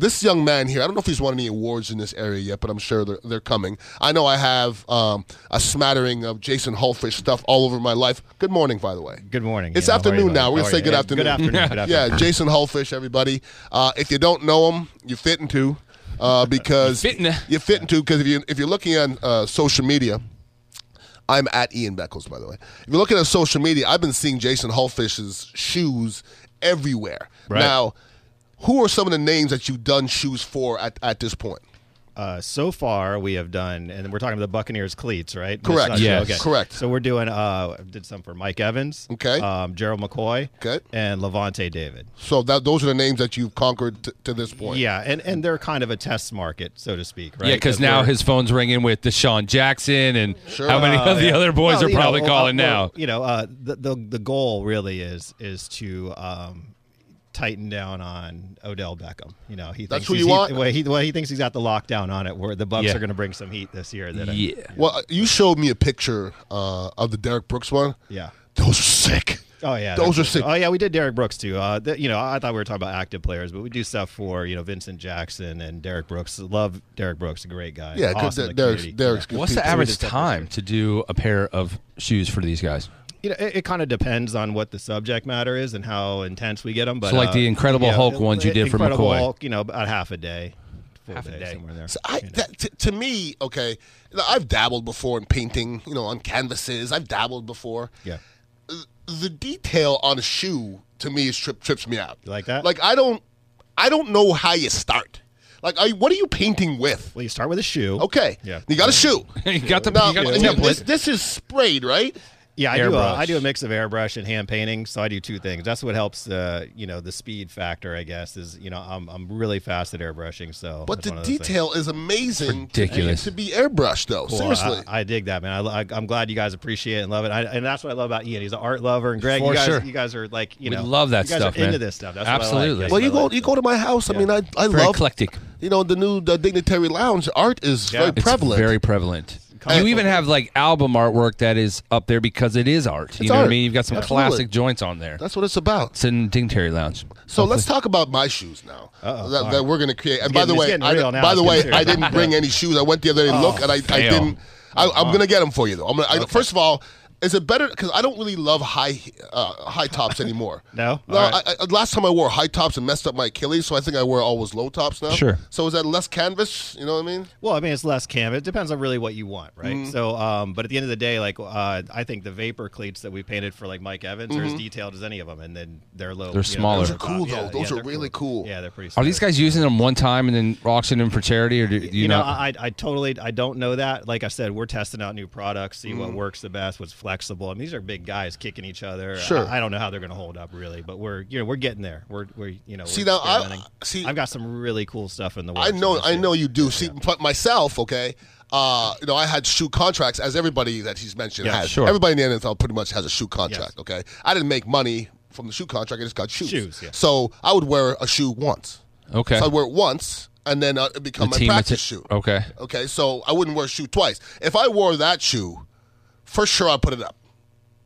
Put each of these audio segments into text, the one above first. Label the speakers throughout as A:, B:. A: this young man here, I don't know if he's won any awards in this area yet, but I'm sure they're, they're coming. I know I have um, a smattering of Jason Hulfish stuff all over my life. Good morning, by the way.
B: Good morning.
A: It's
B: Yeah, how are you,
A: afternoon now.
B: buddy?
A: We're
B: How
A: gonna
B: are
A: say
B: you?
A: good
B: Yeah,
A: afternoon.
B: Good afternoon. Good
A: Yeah,
B: afternoon.
A: Jason Hulfish, everybody. Uh, if you don't know him, you fit into uh, because
C: You fit in-
A: you fit into because if you if you're looking on uh, social media. I'm at Ian Beckles, by the way. If you're looking at social media, I've been seeing Jason Hullfish's shoes everywhere.
B: Right.
A: Now, who are some of the names that you've done shoes for at, at this point?
B: Uh, so far, we have done, and we're talking about the Buccaneers cleats, right?
A: Correct.
B: That's not-
C: Yes.
A: Correct.
B: So we're doing. Uh, I did some for Mike Evans.
A: Okay.
B: Um, Gerald McCoy.
A: Okay.
B: And Levante David.
A: So that those are the names that you've conquered t- to this point.
B: Yeah, and, and they're kind of a test market, so to speak, right?
C: Yeah, because now
B: they're-
C: his phone's ringing with Deshaun Jackson and
A: Sure.
C: how many
A: Oh,
C: of the other boys
B: Well,
C: are
B: you
C: probably
B: know, uh,
C: calling
B: well,
C: now.
B: You know, uh, the, the the goal really is is to um, tighten down on Odell Beckham. You know, he
A: That's
B: thinks
A: who
B: he's-
A: you
B: he-
A: want?
B: well, he, well, he thinks he's got the lockdown on it. Where the Bucks
C: Yeah.
B: are going to bring some heat this year. That uh, I-
C: Yeah.
A: Well, you showed me a picture uh, of the Derek Brooks one.
B: yeah.
A: Those are sick.
B: Oh yeah,
A: Those
B: that's
A: are
B: it.
A: sick.
B: Oh yeah, we did Derek Brooks too. Uh, th- you know, I thought we were talking about active players, but we do stuff for you know Vincent Jackson and Derek Brooks. Love Derek Brooks, a great guy.
A: Yeah,
B: awesome in the
A: good. Derek's,
B: community.
A: Derek's good
C: What's the
A: people.
C: average time to do a pair of shoes for these guys?
B: you know, it, it kind of depends on what the subject matter is and how intense we get them. But
C: So, like
B: uh,
C: the Incredible
B: you know,
C: Hulk ones you
B: it-
C: did for
B: Incredible
C: McCoy.
B: Hulk, you know, about half a day, full
C: Half a day.
B: somewhere there.
A: So I, that, to, to me, okay, I've dabbled before in painting, you know, on canvases. I've dabbled before.
B: yeah,
A: The detail on a shoe to me is trip, trips me out.
B: You like that?
A: Like I don't, I don't know how you start. Like, I, what are you painting with?
B: well, you start with a shoe.
A: Okay,
B: Yeah.
A: you got a shoe.
C: You got the-
A: Now,
C: you got the
A: and then
C: template.
A: This, this is sprayed, right?
B: Yeah, I do. Uh,
C: Airbrush.
B: I do a mix of airbrush and hand painting, so I do two things. That's what helps. Uh, you know, the speed factor, I guess, is you know I'm I'm really fast at airbrushing. So,
A: But
B: that's one
A: the
B: of those things.
A: detail is amazing. to-
C: Ridiculous.
A: to be airbrushed, though.
B: Well,
A: Seriously.
B: I, I dig that, man. I, am glad you guys appreciate it and love it. I, and that's what I love about Ian. He's an art lover, and Greg,
C: For
B: you guys,
C: sure.
B: you guys are like, you
C: We
B: know,
C: love that
B: you guys
C: stuff,
B: Are into
C: man.
B: this stuff. That's
C: Absolutely.
B: What I like. That's
A: Well,
B: what
A: you
B: I
A: go
B: like.
A: you go to my house. I mean, I I
C: Very
A: love
C: eclectic.
A: You know, the new the Dignitary Lounge art is very
B: It's
C: It's
A: prevalent.
C: very prevalent.
B: Colorful.
C: You even have like album artwork that is up there because it is art. you know what
A: art.
C: I mean? You've got some
A: Absolutely.
C: classic joints on there.
A: That's what it's about.
C: it's in Dingterry Lounge.
A: So let's talk about my shoes now
B: Uh-oh.
A: that, that we're going to create. And by the
B: getting- it's
A: way,
B: getting
A: I,
B: real now.
A: by the
B: It's
A: way,
B: getting
A: I
B: serious.
A: didn't bring any shoes. I went the other
B: Oh,
A: day and looked, and I, I
C: fail.
A: didn't. I,
B: Uh-huh.
A: I'm going to get them for you though. I'm gonna, I, first of all, is it better because I don't really love high uh, high tops anymore.
B: No?
A: no.
B: All right.
A: I, I, last time I wore high tops and messed up my Achilles, so I think I wear always low tops now.
C: Sure.
A: So is that less canvas? You know what I mean?
B: Well, I mean, it's less cam. It depends on really what you want, right?
A: Mm-hmm.
B: So, um, but at the end of the day, like uh, I think the vapor cleats that we painted for like Mike Evans are as detailed as any of them, and then they're low.
C: They're smaller.
A: Mm-hmm. Those are cool, though. Those are
B: they're
A: really cool.
B: Yeah, they're pretty.
C: Are these
B: slick.
C: guys using them one time and then auctioning them for charity, or do, do you,
B: you know,
C: not-
B: I, I totally I don't know that. Like I said, we're testing out new products, see
A: Mm-hmm.
B: what works the best, what's flexible. I mean, these are big guys kicking each other.
A: Sure.
B: I, I don't know how they're going to hold up really, but we're you know we're getting there. We're we're you know
A: See,
B: we're
A: now, I-
B: experimenting.
A: see-
B: I've got some really cool stuff in the works.
A: I know,
B: this
A: I
B: year.
A: know you do. See, but myself, okay. Uh, you know, I had shoe contracts, as everybody that he's mentioned
B: Yeah,
A: has.
C: sure.
A: Everybody in the NFL pretty much has a shoe contract.
B: Yes.
A: Okay, I didn't make money from the shoe contract; I just got shoes.
B: Shoes, yeah.
A: So I would wear a shoe once.
C: Okay.
A: So I would wear it once, and then uh, it become
C: The
A: my
C: team
A: practice
C: atta-
A: shoe.
C: okay.
A: Okay. So I wouldn't wear a shoe twice. If I wore that shoe, for sure I put it up.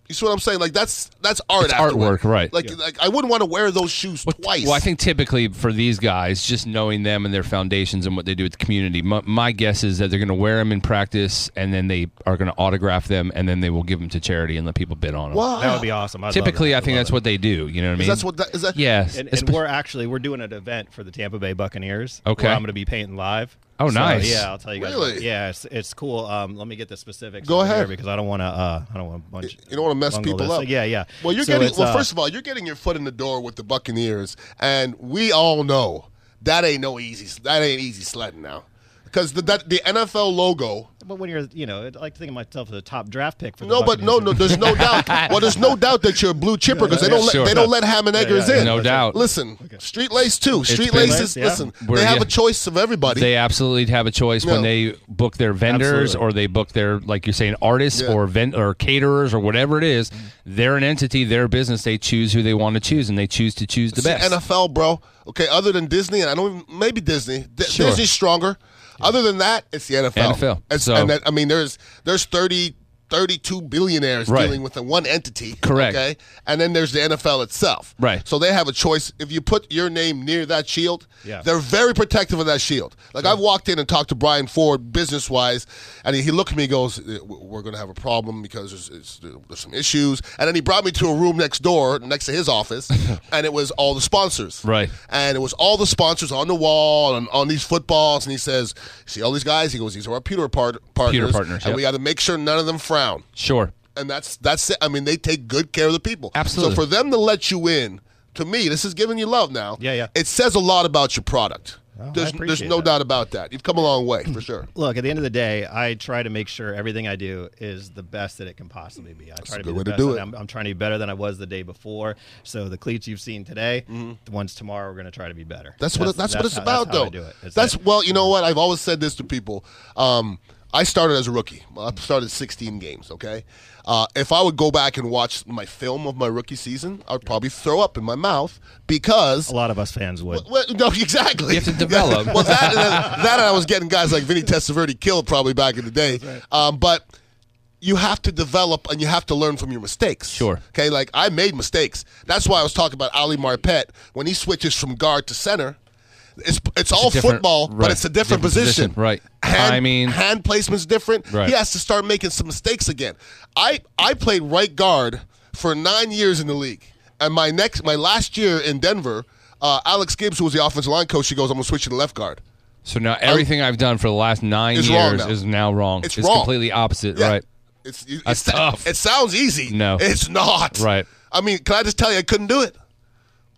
A: You see what I'm saying? Like that's that's art.
C: It's
A: afterward.
C: artwork, right.
A: Like like I wouldn't want to wear those shoes twice.
C: Well, I think typically for these guys, just knowing them and their foundations and what they do with the community, my, my guess is that they're going to wear them in practice, and then they are going to autograph them, and then they will give them to charity and let people bid on them.
A: Wow.
B: that would be awesome. I'd love
C: typically,
B: that.
C: I
B: I'd
C: think
B: love
C: that's
B: that.
C: what they do. You know what I mean?
A: that's what that, is that.
C: Yes.
B: And, and
C: Espe-
B: we're actually we're doing an event for the Tampa Bay Buccaneers.
C: Okay.
B: where I'm going to be painting live.
C: Oh,
B: So,
C: nice.
B: Yeah, I'll tell you guys.
A: Really?
B: Yeah, it's, it's cool. Um, let me get the specifics.
A: Go
B: over here
A: ahead.
B: because I don't want to. Uh, I don't want to bunch.
A: You don't want to mess
B: bungle
A: people
B: this.
A: up.
B: Yeah, yeah.
A: Well, you're
B: So
A: getting.
B: it's,
A: Well,
B: uh,
A: first of all, you're getting your foot in the door with the Buccaneers, and we all know that ain't no easy. That ain't easy sledding now, because the that, the NFL logo.
B: But when you're, you know, I like to think of myself as a top draft pick for the
A: No, but no, no. There's no doubt. Well, there's no doubt that you're a blue chipper because they don't let
C: Sure.
A: they don't let ham and eggers
B: yeah,
A: in.
C: no doubt.
A: Listen, street lace too. Street
C: been-
A: laces.
B: Yeah.
A: Listen,
C: We're-
A: they have
C: yeah.
A: a choice of everybody.
C: they absolutely have a choice
A: No.
C: when they book their vendors
B: Absolutely.
C: or they book their like you're saying artists
A: Yeah.
C: or vent or caterers or whatever it is they're an entity they're a business they choose who they want to choose and they choose to choose the
A: It's
C: best
A: the NFL, bro. Okay, other than Disney, and I don't even, maybe Disney. D-
C: Sure.
A: Disney's stronger. Other than that, it's the NFL.
C: NFL,
A: It's-
C: so-
A: and that, I mean, there's there's 30, 32 billionaires
C: Right.
A: dealing with the one entity.
C: Correct.
A: Okay. And then there's the NFL itself.
C: Right.
A: So they have a choice. If you put your name near that shield,
B: Yeah.
A: they're very protective of that shield. Like I've walked in and talked to Brian Ford business wise, and he looked at me and goes, "Eh, w- We're going to have a problem because there's, it's, there's some issues. And then he brought me to a room next door, next to his office, and it was all the sponsors.
C: Right.
A: And it was all the sponsors on the wall and on these footballs. And he says, See all these guys? He goes, These are our Peter part- partners.
C: partners,
A: And
C: yep.
A: we got to make sure none of them frown
C: Sure.
A: and that's that's it. I mean, they take good care of the people.
C: Absolutely.
A: So for them to let you in, to me, this is giving you love now.
B: Yeah, yeah.
A: It says a lot about your product. there's
B: appreciate
A: there's no
B: that.
A: doubt about that. You've come a long way for sure.
B: Look, at the end of the day, I try to make sure everything I do is the best that it can possibly be. I try
A: a
B: to be
A: good
B: the
A: way to
B: best,
A: do
B: and
A: it.
B: I'm, I'm trying to be better than I was the day before. So the cleats you've seen today, the ones tomorrow, we're going to try to be better.
A: Mm-hmm. That's what that's, what it's
B: how-
A: about,
B: that's how I
A: though.
B: do it. It's
A: That's
B: that-
A: well, you know what? I've always said this to people. Um, I started as a rookie. I started 16 games. Okay, uh, if I would go back and watch my film of my rookie season, I would probably throw up in my mouth because
B: a lot of us fans would.
A: Well, no, exactly.
C: You have to develop.
A: well, that, and then- that and I was getting guys like Vinny Testaverde killed probably back in the day. Um, but you have to develop and you have to learn from your mistakes.
C: Sure.
A: Okay, like I made mistakes. That's why I was talking about Ali Marpet when he switches from guard to center. It's it's all
C: different-
A: football,
C: right.
A: but it's a different,
C: Different position, right.
A: Hand,
C: Timing.
A: hand placement's different.
C: Right.
A: He has to start making some mistakes again. I I played right guard for nine years in the league, and my next my last year in Denver, uh, Alex Gibbs, who was the offensive line coach, he goes, "I'm gonna switch you to left guard."
C: So now everything I've done for the last nine
A: It's
C: years
A: wrong now.
C: is now wrong.
A: It's wrong.
C: completely opposite,
A: Yeah.
C: right?
A: It's, it's
C: That's tough.
A: It sounds easy.
C: No.
A: it's not.
C: Right.
A: I mean, can I just tell you, I couldn't do it.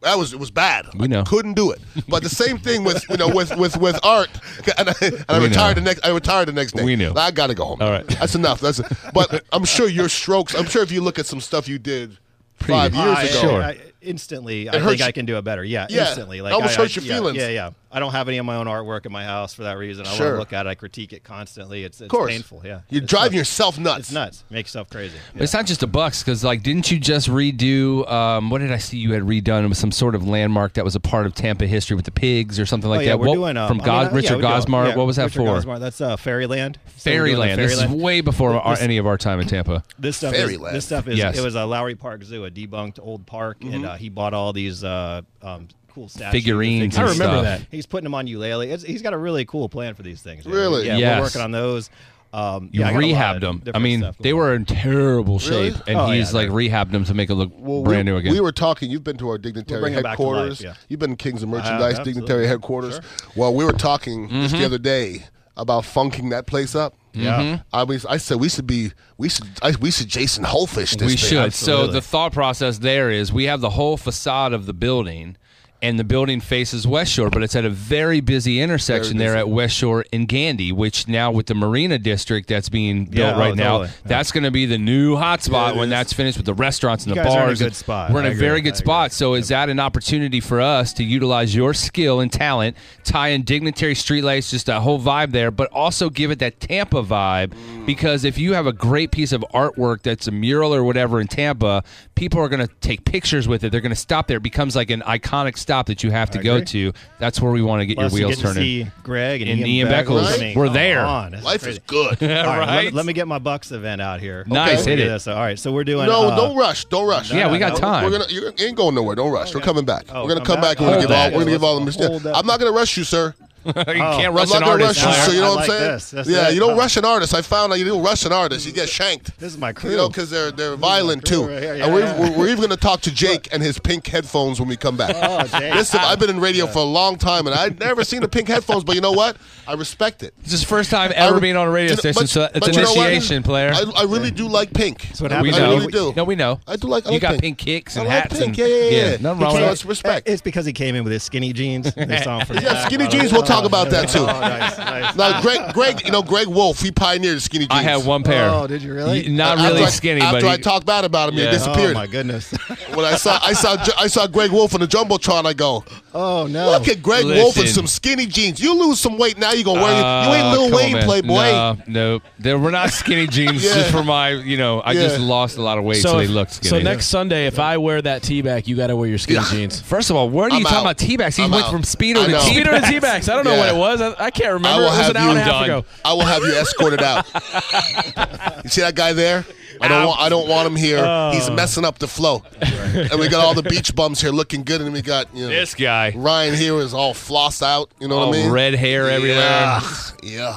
A: That was it was bad.
C: We know.
A: I couldn't do it. But the same thing with you know with with with art. And I, and I
C: We
A: retired the
C: know.
A: next. I retired the next day.
C: We knew.
A: I got to go home.
C: All right.
A: that's enough. That's but I'm sure your strokes. I'm sure if you look at some stuff you did five
C: Previous.
A: years
B: I-
A: ago.
C: Sure.
B: I, instantly, I
A: hurts
B: think I
A: you.
B: can do it better. Yeah,
A: Yeah,
B: instantly.
A: it
B: Like
A: almost
B: I,
A: hurts
B: I,
A: your
B: yeah,
A: feelings.
B: Yeah, yeah. I don't have any of my own artwork in my house for that reason. I want
A: Sure.
B: to look at it. I critique it constantly. It's, it's
A: Of course.
B: painful. Yeah,
A: You're
B: It's
A: driving
B: nuts.
A: yourself nuts.
B: It's nuts. Makes stuff crazy.
C: But It's not just the Bucks because, like, didn't you just redo? Um, what did I see you had redone? It was some sort of landmark that was a part of Tampa history with the pigs or something like
B: Oh, yeah,
C: that.
B: we're
C: What-
B: doing um,
C: from
B: I
C: Gos-
B: mean, uh, yeah,
C: Richard
B: we're doing-
C: Gosmar.
B: yeah,
C: what was that
B: Richard
C: for?
B: Gosmar, That's uh, Fairyland. So we're doing the
C: Fairyland. This is
B: Fairyland.
C: way before our,
B: This-
C: any of our time in Tampa.
B: This stuff, Is,
A: Fairyland.
B: this stuff is
C: Yes. Mm-hmm.
B: it was a Lowry Park Zoo, a debunked old park, and uh, he bought all these uh, um, cool statues, and
C: Figurines
B: things.
C: and
D: I remember
C: stuff.
D: that.
B: He's putting them on ukulele. It's, he's got a really cool plan for these things. man.
A: Really?
B: Yeah,
C: Yes.
B: we're working on those. Um,
C: You
B: yeah, I got a lot
C: rehabbed
B: of
C: them. I
B: different
C: mean,
B: stuff
C: they
B: going on.
C: were in terrible
A: Really?
C: shape, and
B: Oh,
C: he's
B: yeah,
C: like rehabbed them to make it look brand
A: we,
C: new again.
A: we were talking. You've been to our dignitary
B: bring it back to life,
A: headquarters.
B: yeah. Uh,
A: You've been Kings of Merchandise
B: absolutely.
A: dignitary headquarters. Well, we were talking just
C: Mm-hmm.
A: the other day about funking that place up.
B: Yeah.
A: I was. I said we should be. We should. I, we should Jason Holfish. This
C: we
A: thing.
C: should. So
B: absolutely.
C: the thought process there is we have the whole facade of the building, and the building faces West Shore, but it's at a very busy intersection
A: Very busy.
C: there at West Shore and Gandy, which now with the Marina District that's being built
B: Yeah, oh,
C: right now,
B: totally.
C: that's going to be the new hot spot
A: it
C: when
A: is.
C: that's finished with the restaurants and
B: You
C: the
B: guys are in a
C: bars.
B: good
C: and
B: spot.
C: We're in
B: I
C: a
B: agree.
C: very
B: I
C: good
B: agree.
C: spot. So is that an opportunity for us to utilize your skill and talent, tie in dignitary streetlights, just a whole vibe there, but also give it that Tampa vibe? Because if you have a great piece of artwork that's a mural or whatever in Tampa, people are going to take pictures with it. They're going to stop there. It becomes like an iconic stop that you have to go to. That's where we want to get
B: Plus,
C: your
B: you
C: wheels
B: get to
C: turning.
B: see Greg and,
C: And
B: Ian
C: Ian Beckles.
B: I mean,
C: We're
B: come
C: there.
B: on. This
A: Life
B: crazy.
A: is good. no,
B: All right, let, me,
C: right?
B: let me get my Bucks event out here.
C: Nice,
B: Okay.
C: hit
B: Look at
C: it.
B: This. All right, so we're doing. uh,
A: don't rush. Don't rush.
C: Yeah, we got
B: no,
C: time.
A: We're gonna. You ain't going nowhere. Don't rush. We're coming back.
B: Oh,
A: we're gonna
B: come
A: come back.
B: back?
A: and We're gonna give
C: Hold
A: all.
C: that.
A: We're gonna give all the
B: Hold
A: mistakes.
B: that.
A: I'm not gonna rush you, sir.
C: you can't rush
A: I'm not
C: an
A: gonna rush
C: artist.
A: you,
B: All
A: so you
B: right,
A: know what
B: I
A: I'm
B: like
A: saying?
B: this. That's
A: yeah,
B: it.
A: you don't
B: Oh.
A: rush an artist. I found out you don't rush an artist. You get shanked.
B: This is my
A: You know,
B: crew.
A: because they're they're violent
B: crew
A: too.
B: right here.
A: and
B: Yeah,
A: we're,
B: yeah.
A: we're, we're even going to talk to Jake and his pink headphones when we come back.
B: Oh, Jake.
A: Listen, I've been in radio for a long time, and I've never seen the pink headphones. But you know what? I respect it.
C: This is the first time ever
A: I re-
C: being on a radio
A: you know,
C: station,
A: but-
C: so it's
A: but you know what?
C: initiation, player.
A: I, I really do like pink.
B: what
A: I
B: happens.
A: I
B: know.
A: really do.
C: No, we know.
A: I do like. I
C: You
A: like
C: got
A: pink.
C: pink kicks
A: I
C: and
A: like
C: hats
A: Pink.
C: and-
A: yeah, yeah, yeah.
C: yeah, nothing
B: He
A: So
C: wrong with
B: came-
C: that.
A: it's respect.
B: It's because he came in with his skinny jeans. They saw him from the
A: Yeah,
B: back.
A: skinny
B: Oh,
A: jeans. We'll
B: oh,
A: talk about that too.
B: nice, nice.
A: Now, Greg, Greg, you know Greg Wolf, he pioneered skinny jeans.
C: I had one pair.
B: Oh, did you really?
C: Y- Not
A: After
C: really
A: I-
C: skinny,
A: After
C: but
A: I
C: he-
A: talked bad about him,
C: Yeah.
A: he
C: Oh,
A: disappeared.
B: Oh my goodness.
A: when I saw I saw I saw Greg Wolf on the jumbotron, I go,
B: Oh no.
A: look at Greg Wolf in
C: Listen.
A: some skinny jeans. You lose some weight now, you gonna wear you ain't
C: Uh,
A: Lil
C: come on,
A: Wayne
C: man.
A: playboy.
C: No, no, they were not skinny jeans.
A: Yeah.
C: Just for my, you know, I just
A: Yeah.
C: lost a lot of weight, so, they
D: if-
C: looked
D: so
C: skinny.
D: next Sunday, if I wear that tee back, you got to wear your skinny jeans.
C: first of all, where do you
A: I'm
C: talking
A: out.
C: about tea bags? He
A: I'm
C: went
A: out.
C: from
A: I
C: Speedo to
A: know.
C: tea
D: Peter
C: bags.
D: and T backs. I don't know
A: Yeah.
D: what it was. I, I can't
A: I
D: remember.
A: will
D: It was
A: have
D: an hour and a
A: you
D: half ago.
A: I will have you escorted out. You see that guy there? I don't want. I don't want him here. He's
D: Uh.
A: messing up the flow. And we got all the beach bums here looking good, and we got you know,
C: This guy.
A: Ryan here is all flossed out. You know
C: All
A: what I mean?
C: red hair everywhere.
A: Yeah.